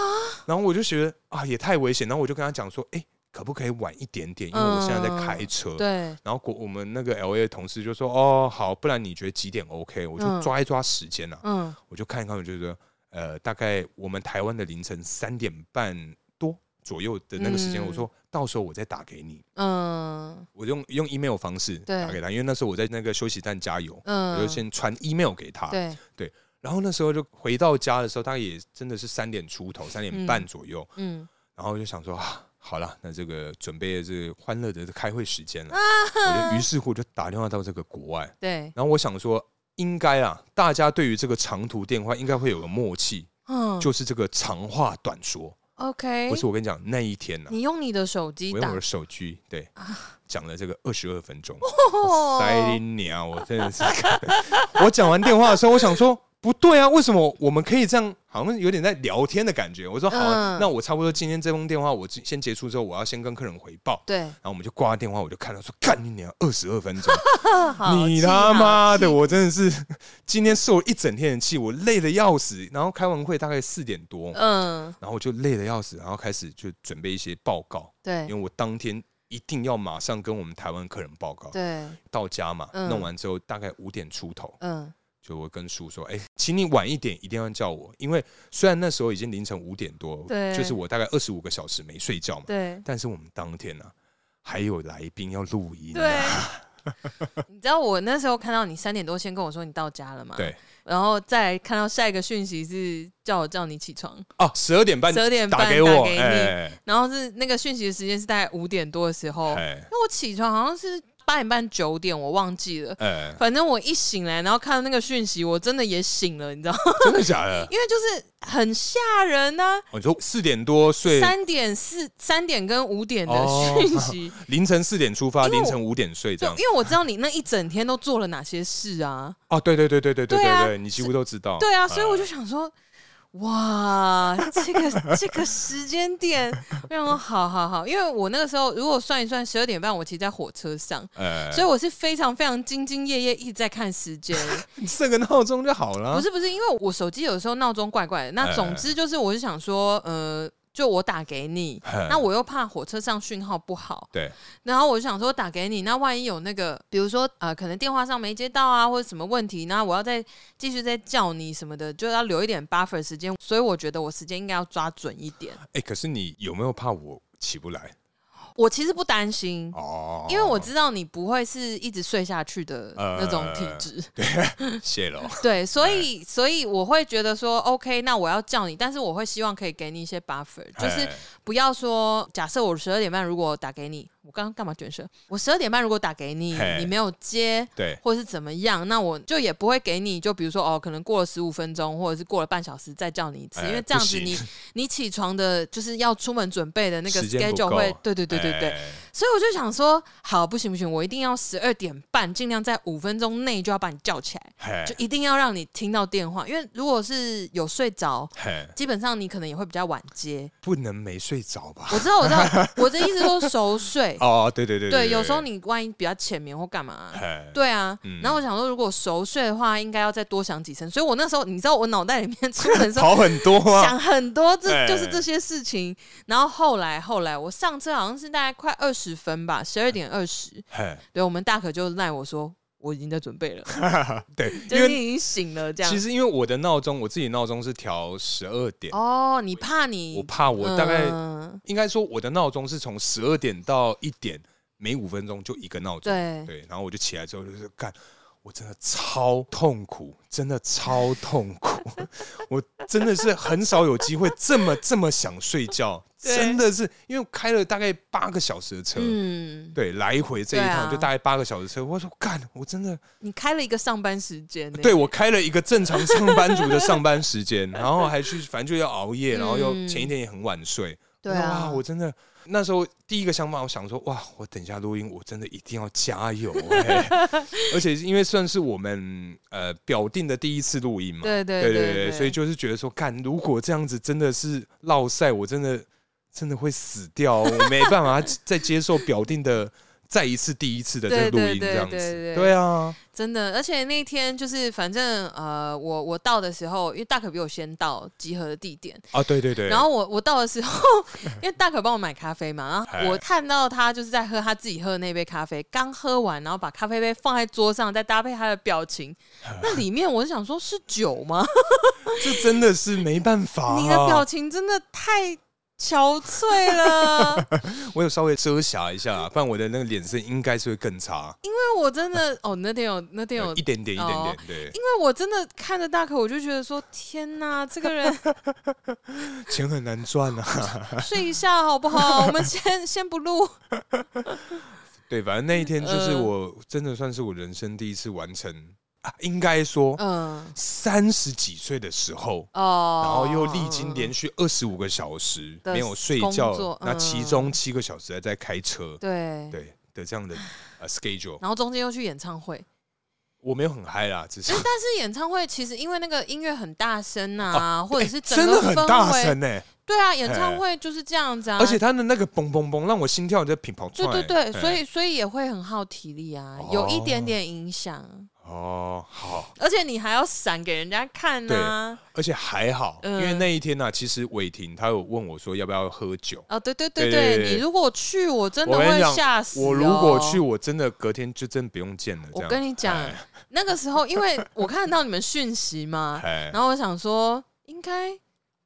B: 然后我就觉得啊，也太危险。然后我就跟他讲说，哎、可不可以晚一点点？因为我现在在开车。
A: 嗯对，
B: 然后国我们那个 L A 的同事就说，哦，好，不然你觉得几点 OK？我就
A: 嗯
B: 抓一抓时间啊，
A: 嗯
B: 我就看一看，我就觉得，呃，大概我们台湾的凌晨三点半多左右的那个时间，
A: 嗯
B: 我说到时候我再打给你，
A: 嗯
B: 我用用 email 方式
A: 对
B: 打给他，因为那时候我在那个休息站加油，
A: 嗯，
B: 我就先传 email 给他。
A: 对，
B: 然后那时候就回到家的时候，大概也真的是三点出头，三点半左右，
A: 嗯
B: 然后我就想说啊。好了，那这个准备这个欢乐的开会时
A: (laughs)
B: 间了，我就于是乎就打电话到这个国外，
A: 对，
B: 然后我想说，应该啊，大家对于这个长途电话应该会有个默契，
A: 嗯，
B: 就是这个长话短说。
A: OK，
B: 不是我跟你讲，那一天呢、啊
A: 你用你的手机
B: 我用
A: 打啊
B: 我的，手机对讲了这个二十二分钟，
A: 哦
B: 塞你娘！我真的是， (laughs) 我讲完电话的时候，我想说。不对啊，为什么我们可以这样？好像有点在聊天的感觉。我说好
A: 嗯
B: 啊、那我差不多今天这通电话我先结束之后，我要先跟客人回报，
A: 对，
B: 然后我们就挂电话，我就看到说干你娘二十二分钟，
A: (laughs) 好
B: 你
A: 气
B: 他
A: 好
B: 妈
A: 气
B: 的，我真的是今天受了一整天的气，我累的要死。然后开完会大概四点多，
A: 嗯，
B: 然后我就累的要死，然后开始就准备一些报告，因
A: (laughs)
B: 为
A: 对
B: 我当天一定要马上跟我们台湾客人报告。
A: 对，
B: 到家嘛，
A: 嗯
B: 弄完之后大概五点出头，
A: 嗯
B: 就我跟叔说：“哎、请你晚一点，一定要叫我，因为虽然那时候已经凌晨五点多，
A: 对
B: 就是我大概二十五个小时没睡觉嘛，
A: 对
B: 但是我们当天呢、啊、还有来宾要录音、 (laughs)
A: 对
B: 啊，。
A: 你知道我那时候看到你三点多先跟我说你到家了嘛？
B: 对，
A: 然后再看到下一个讯息是叫我叫你起床，
B: 哦，十二点半
A: 12点半
B: 打给我，
A: 打给你
B: 哎
A: 然后是那个讯息的时间是大概五点多的时候，因
B: 哎
A: 为我起床好像是八点半九点，我忘记了。
B: 哎，
A: 反正我一醒来，然后看到那个讯息，我真的也醒了，你知道吗， (laughs)
B: 真的假的？ (laughs)
A: 因为就是很吓人啊呐、
B: 哦你说四点多睡，
A: 三点四、三点跟五点的
B: 哦
A: 讯息，
B: 凌晨四点出发，
A: 因为我
B: 凌晨五点 (laughs) 睡这
A: 就
B: 样
A: 因。为我知道你那一整天都做了哪些事啊，
B: 哦，对对对对对对
A: 对啊
B: 对对，你几乎都知道。
A: 对啊，
B: 呃
A: 所以我就想说，哇，这个 (laughs) 这个时间点让我好好好，因为我那个时候如果算一算十二点半，我其实在火车上。
B: 呃，
A: 所以我是非常非常兢兢业业，一直在看时间。
B: 你设个闹钟就好了。 (laughs)
A: 不是不是，因为我手机有时候闹钟怪怪的。那
B: 啊哎
A: 总之就是，我是想说，呃，就我打给你，
B: 哎，
A: 那我又怕火车上讯号不好，
B: 对
A: 然后我就想说打给你，那万一有那个，比如说呃，可能电话上没接到啊，或者什么问题，那我要再继续再叫你什么的，就要留一点 buffer 时间。所以我觉得我时间应该要抓准一点。
B: 哎，可是你有没有怕我起不来？
A: 我其实不担心。
B: 哦，
A: 因为我知道你不会是一直睡下去的那种体质，
B: 呃 (laughs) 谢了。
A: (laughs) 对，所以所以我会觉得说，OK，那我要叫你，但是我会希望可以给你一些 buffer，就是
B: 哎
A: 不要说，假设我十二点半如果打给你，我刚刚干嘛卷舌？我十二点半如果打给你
B: 嘿，
A: 你没有接。
B: 对
A: 或是怎么样，那我就也不会给你，就比如说哦，可能过了十五分钟，或者是过了半小时再叫你一次，
B: 哎
A: 因为这样子
B: 不行
A: 你你起床的，就是要出门准备的那个
B: 时间不够
A: schedule 会，对 (laughs) 对对对对，
B: 哎
A: 所以我就想说，好，不行不行，我一定要十二点半，尽量在五分钟内就要把你叫起来，
B: 嘿
A: 就一定要让你听到电话，因为如果是有睡着，
B: 嘿，
A: 基本上你可能也会比较晚接，
B: 不能没睡着吧？
A: 我知道，我知道，我的意思说熟睡，
B: 哦，对对对
A: 对，有时候你万一比较浅眠或干嘛、
B: 哎
A: 对啊，
B: 嗯
A: 然后我想说，如果熟睡的话，应该要再多想几声。所以我那时候，你知道，我脑袋里面出门
B: (laughs)
A: 的时候
B: 跑很多啊。
A: 想很多，这
B: 哎
A: 就是这些事情。然后后来，后来我上车好像是大概快二十分吧，十二点二十。
B: 嘿，
A: 对我们大可就赖我说，我已经在准备
B: (laughs)
A: 了，
B: 对，
A: 就
B: 因
A: 是
B: 为
A: 你已经醒了这
B: 其
A: 样。
B: 实因为我的闹钟，我自己闹钟是调十二点，
A: 哦，你怕你？
B: 我怕我大概
A: 嗯
B: 应该说我的闹钟是从十二点到一点，每五分钟就一个闹钟。
A: 对
B: 对，然后我就起来之后就是干，我真的超痛苦，真的超痛苦， (laughs) 我真的是很少有机会这么这么想睡觉，
A: 对
B: 真的是因为开了大概八个小时的车。
A: 嗯，
B: 对，来回这一
A: 对啊
B: 趟就大概八个小时车。我说干，我真的
A: 你开了一个上班时间呢、
B: 对我开了一个正常上班族的上班
A: (laughs)
B: 时间，然后还去，反正就要熬夜，然后又
A: 嗯
B: 前一天也很晚睡。
A: 对
B: 我说哇
A: 啊，
B: 我真的那时候第一个想法，我想说，哇，我等一下录音，我真的一定要加油、
A: (laughs)
B: 欸而且因为算是我们呃表定的第一次录音嘛，
A: 对对
B: 对
A: 对
B: 对所以就是觉得说，干，如果这样子真的是落赛，我真的真的会死掉，我没
A: (laughs)
B: 办法再接受表定的再一次第一次的这个录
A: 对对
B: 音
A: 对
B: 这样子，
A: 对对对
B: 对啊，
A: 真的，而且那天就是反正呃，我我到的时候，因为大可比我先到集合的地点，
B: 啊，对对对，
A: 然后我我到的时候，因为大可帮我买咖啡嘛，然
B: 哎
A: 后我看到他就是在喝他自己喝的那杯咖啡，刚喝完，然后把咖啡杯放在桌上，再搭配他的表情，
B: 哎
A: 那里面我就想说是酒
B: (laughs)
A: 吗？
B: 这真的是没办法、啊
A: 你的表情真的太憔悴了， (laughs)
B: 我有稍微遮瑕一下，不然我的那个脸色应该是会更差，
A: 因为我真的哦，那天有那天有
B: 哎
A: 哦
B: 一点点，一点点，对，
A: 因为我真的看着大可，我就觉得说：天哪，这个人
B: 钱很难赚 (laughs) 啊。
A: (laughs) 睡一下好不好？我们先先不录。
B: 对，反正那一天就是
A: 嗯
B: 我真的算是我人生第一次完成啊，应该说
A: (laughs) 嗯，
B: 三十几岁的时候。
A: 哦，
B: 然后又历经连续二十五个小时
A: 的
B: 没有睡
A: 工
B: 觉
A: 作，
B: 那
A: 嗯
B: 其中七个小时还在开车，
A: 对，
B: 对的这
A: (laughs)
B: 样的呃 schedule，
A: 然后中间又去演唱会，
B: 我没有很嗨啦，只是
A: 但是演唱会其实因为那个音乐很大声啊， (laughs) 或者是整
B: 哦哎真
A: 个
B: 的很大
A: 氛围，
B: 声呢，
A: 对啊，演唱会就是这样子啊，
B: 而且他的那个嘣嘣嘣让我心跳在乒乓
A: 对
B: 转欸，
A: 对对，
B: 嘿
A: 所以所以也会很耗体力啊，有一点点影响，
B: 哦好，
A: 而且你还要闪给人家看啊，
B: 而且还好，
A: 嗯
B: 因为那一天呢、其实伟霆他有问我说要不要喝酒。
A: 哦，对对对
B: 对
A: 对，
B: 对对对
A: 你如果去，我真的
B: 我跟你
A: 会
B: 讲
A: 吓死、哦。
B: 我如果去，，我真的隔天就真不用见了。这
A: 我
B: 样哎
A: 跟你讲，那个时候因为我看到你们讯息嘛，
B: 哎，哎
A: 啊然后我想说应该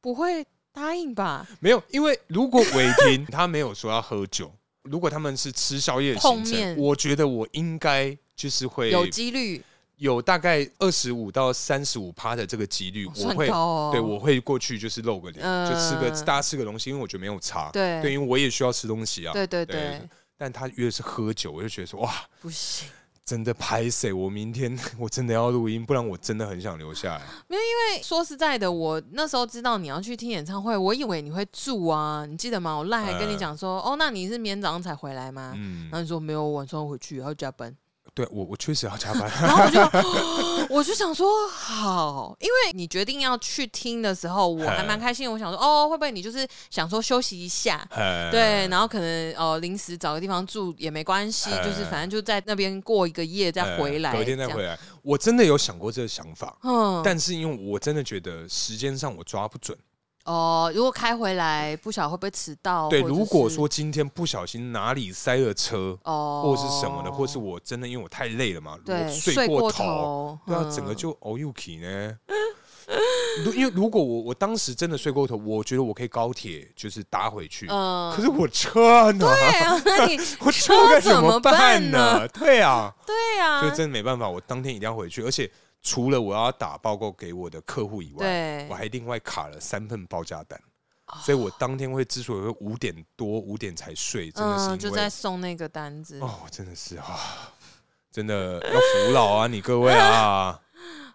A: 不会答应吧，
B: 没有，因为如果伟霆 (laughs) 他没有说要喝酒，如果他们是吃宵夜的行
A: 碰面
B: 程，我觉得我应该就是会
A: 有几率
B: 有大概二十五到三十五趴的这个几率，我
A: 算
B: 会
A: 高哦。
B: 对我会过去就是露个脸，
A: 嗯
B: 就吃个大家吃个东西，因为我觉得没有差。
A: 对
B: 对，因为我也需要吃东西啊。
A: 对对
B: 对
A: 对，
B: 但他约的是喝酒，我就觉得说哇，
A: 不行，
B: 真的拍谁？我明天 (laughs) 我真的要录音，不然我真的很想留下来。
A: 因为说实在的，我那时候知道你要去听演唱会，我以为你会住啊，你记得吗？我赖还跟你讲说，哦，那你是明天早上才回来吗？
B: 呃嗯
A: 然，后你说没有，我晚上回去，还要加班。 (laughs)
B: 对我我确实要加班。
A: 然后我就我就想说好，因为你决定要去听的时候，我还蛮开心的。我想说哦，会不会你就是想说休息一下？
B: 哎
A: 对，然后可能呃临时找个地方住也没关系，
B: 哎
A: 就是反正就在那边过一个夜再回来，
B: 嗯呃隔天再
A: 这样
B: 回。来。我真的有想过这个想法，
A: 嗯，
B: 但是因为我真的觉得时间上我抓不准。
A: 哦，如果开回来不晓得会不会迟到？
B: 对，
A: 哦或者是
B: 如果说今天不小心哪里塞了车，
A: 哦，
B: 或是什么的，或是我真的因为我太累了嘛，
A: 对
B: 我
A: 过嗯
B: 睡过头，对啊，整个就 o u k
A: (laughs)
B: 呢。如因为如果我我当时真的睡过头，我觉得我可以高铁就是搭回去，
A: 嗯
B: 可是我车呢？
A: 对
B: (laughs)
A: 啊，那你
B: 我这该怎么办
A: 车怎
B: 呢？对啊，
A: 对
B: 所以
A: 啊，
B: (laughs) 真的没办法，我当天一定要回去，而且除了我要打报告给我的客户以外，
A: 对哦
B: 我，还另外卡了三份报价单，所以我当天会之所以会五点多五点才睡，真的是因为
A: 嗯，就在送那个单子。
B: 哦，我真的是啊，真的要服老啊，你各位啊，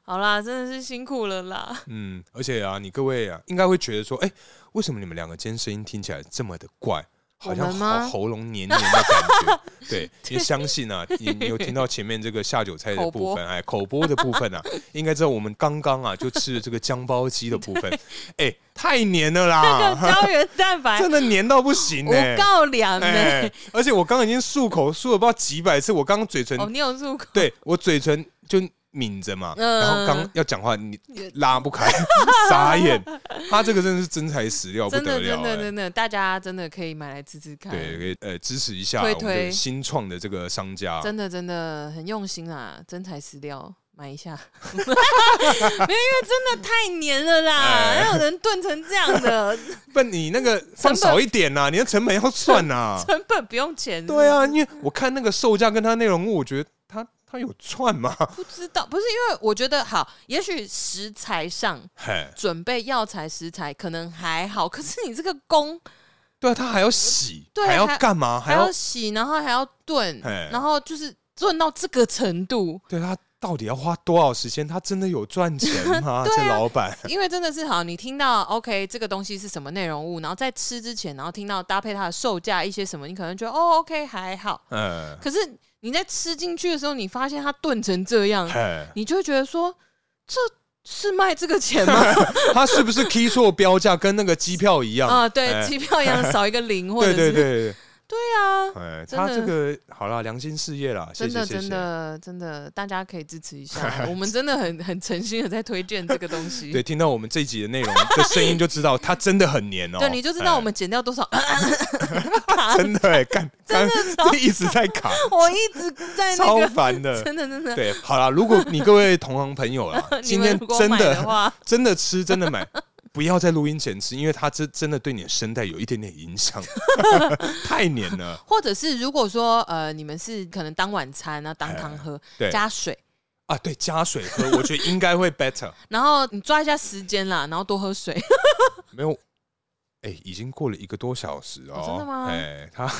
A: 好啦，真的是辛苦了
B: (laughs)
A: 啦。
B: 嗯，而且啊，你各位啊，应该会觉得说，哎、为什么你们两个今天声音听起来这么的怪？好
A: 我
B: 像
A: 们吗
B: 喉喉咙黏黏的感
A: (laughs)
B: 觉，对，因为相信啊，你你有听到前面这个下酒菜的
A: 口
B: 部
A: 播
B: 分，哎，口播的部分啊，应该知道我们刚刚啊就吃了这个姜包鸡的部分，哎、太黏了
A: 这
B: 啦，
A: 个胶原蛋白
B: (laughs) 真的黏到不行呢、
A: 我告凉呢、
B: 哎、而且我刚刚已经漱口漱了不知道几百次，我刚刚嘴唇
A: 哦，你有入口？
B: 对我嘴唇就抿着嘛，
A: 嗯
B: 然后刚要讲话你
A: 也
B: 拉不开， (laughs) 傻眼。他这个真的是真材实料，不
A: 真
B: 得
A: 的，
B: 了、
A: 真的，
B: 哎
A: 真的，大家真的可以买来吃吃看。
B: 对，可以呃支持一下
A: 推
B: 我们这个
A: 推
B: 新创的这个商家。
A: 真的，真的很用心啊，真材实料。买一下， (laughs) 没有，因为真的太黏了啦，
B: 哎
A: 哪有人炖成这样
B: (laughs)
A: 的？
B: 不，你那个放少一点呐、你的成本要算呐、
A: 成本不用钱，
B: 对，啊，因为我看那个售价跟它内容物，我觉得它它有赚嘛。
A: 不知道，不是因为我觉得好，也许食材上
B: 嘿，
A: 准备药材食材可能还好，可是你这个工
B: 对啊，它还要洗，
A: (laughs) 对
B: 还要
A: 还
B: 干嘛？
A: 还
B: 还要
A: 要洗，然后还要炖
B: 嘿，
A: 然后就是炖到这个程度，
B: 对它到底要花多少时间？他真的有赚钱
A: (laughs)
B: 吗？
A: 对啊
B: 这老板，
A: 因为真的是好，你听到 OK 这个东西是什么内容物，然后在吃之前，然后听到搭配它的售价一些什么，你可能觉得哦 OK 还好，
B: (laughs) 嗯，
A: 可是你在吃进去的时候，你发现它炖成这样，
B: 嘿
A: 你就会觉得说这是卖这个钱吗？
B: (laughs)
A: (laughs)
B: 他是不是 key 错标价，跟那个机票一样？
A: 啊、
B: 哎
A: 对，机票一样少一个零，或者
B: 对
A: 是
B: 对对，
A: 对啊，
B: 哎，
A: 真的
B: 他这个好啦，良心事业啦，谢
A: 真
B: 谢
A: 的
B: 谢
A: 真
B: 谢。
A: 的真的，大家可以支持一
B: (laughs)
A: 下，我们真的很很诚心的在推荐这个东西。
B: 对，听到我们这一集的内容的声音就知道，他真的很黏哦。
A: 对，你就知道我们减掉多
B: (laughs)
A: 少。 (laughs)
B: 哎真的哎，干干这一直在卡，
A: 我一直在那
B: 超
A: 个，
B: 烦的。
A: (laughs) 真的真的，，
B: 对，好啦，如果你各位同行朋友啦啊
A: (laughs) 你
B: 今
A: 们
B: 天
A: 如果
B: 真
A: 买的
B: 的
A: 话，
B: (laughs) 真的吃真的买， (laughs) 不要在录音前吃，因为它真真的对你的声带有一点点
A: (laughs)
B: 影响， (laughs) 太黏了。
A: 或者是如果说呃，你们是可能当晚餐啊，当汤喝，
B: 对
A: 加水，
B: 啊，对，加水喝，我觉得应该会 better。
A: 然后你抓一下时间啦，然后多喝水。
B: 没有，哎、已经过了一个多小时哦。
A: 哦真的吗
B: 哎、它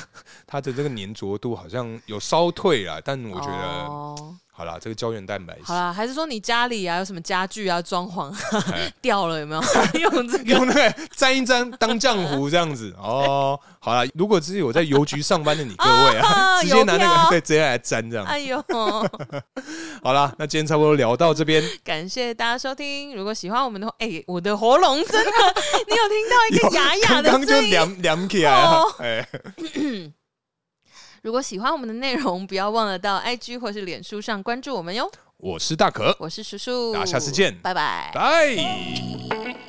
B: 它的这个粘着度好像有稍退啦，但我觉得、
A: 哦
B: 好啦，这个胶原蛋白
A: 好啦，还是说你家里啊有什么家具啊、装潢
B: 哎
A: (laughs) 掉了有没有用这个？
B: (laughs) 用那个沾一沾当浆糊这样子哦。好啦，如果只有在邮局上班的你各位啊，
A: (laughs) 啊
B: 直接拿那
A: 邮票
B: 个 (laughs) 对直接来沾这样。
A: 哎呦，
B: 好啦，那今天差不多聊到
A: (laughs)
B: 这边，
A: 感谢大家收听。如果喜欢我们的话，哎、我的喉咙真的， (laughs) 你有听到一
B: 有
A: 个哑哑
B: 刚
A: 的
B: 刚就
A: 声音？
B: 凉凉起来了
A: 哦，
B: 哎、
A: 如果喜欢我们的内容，不要忘了到 IG 或是脸书上关注我们哟。
B: 我是大可，
A: 我是叔叔，
B: 那下次见
A: 拜拜。
B: 拜。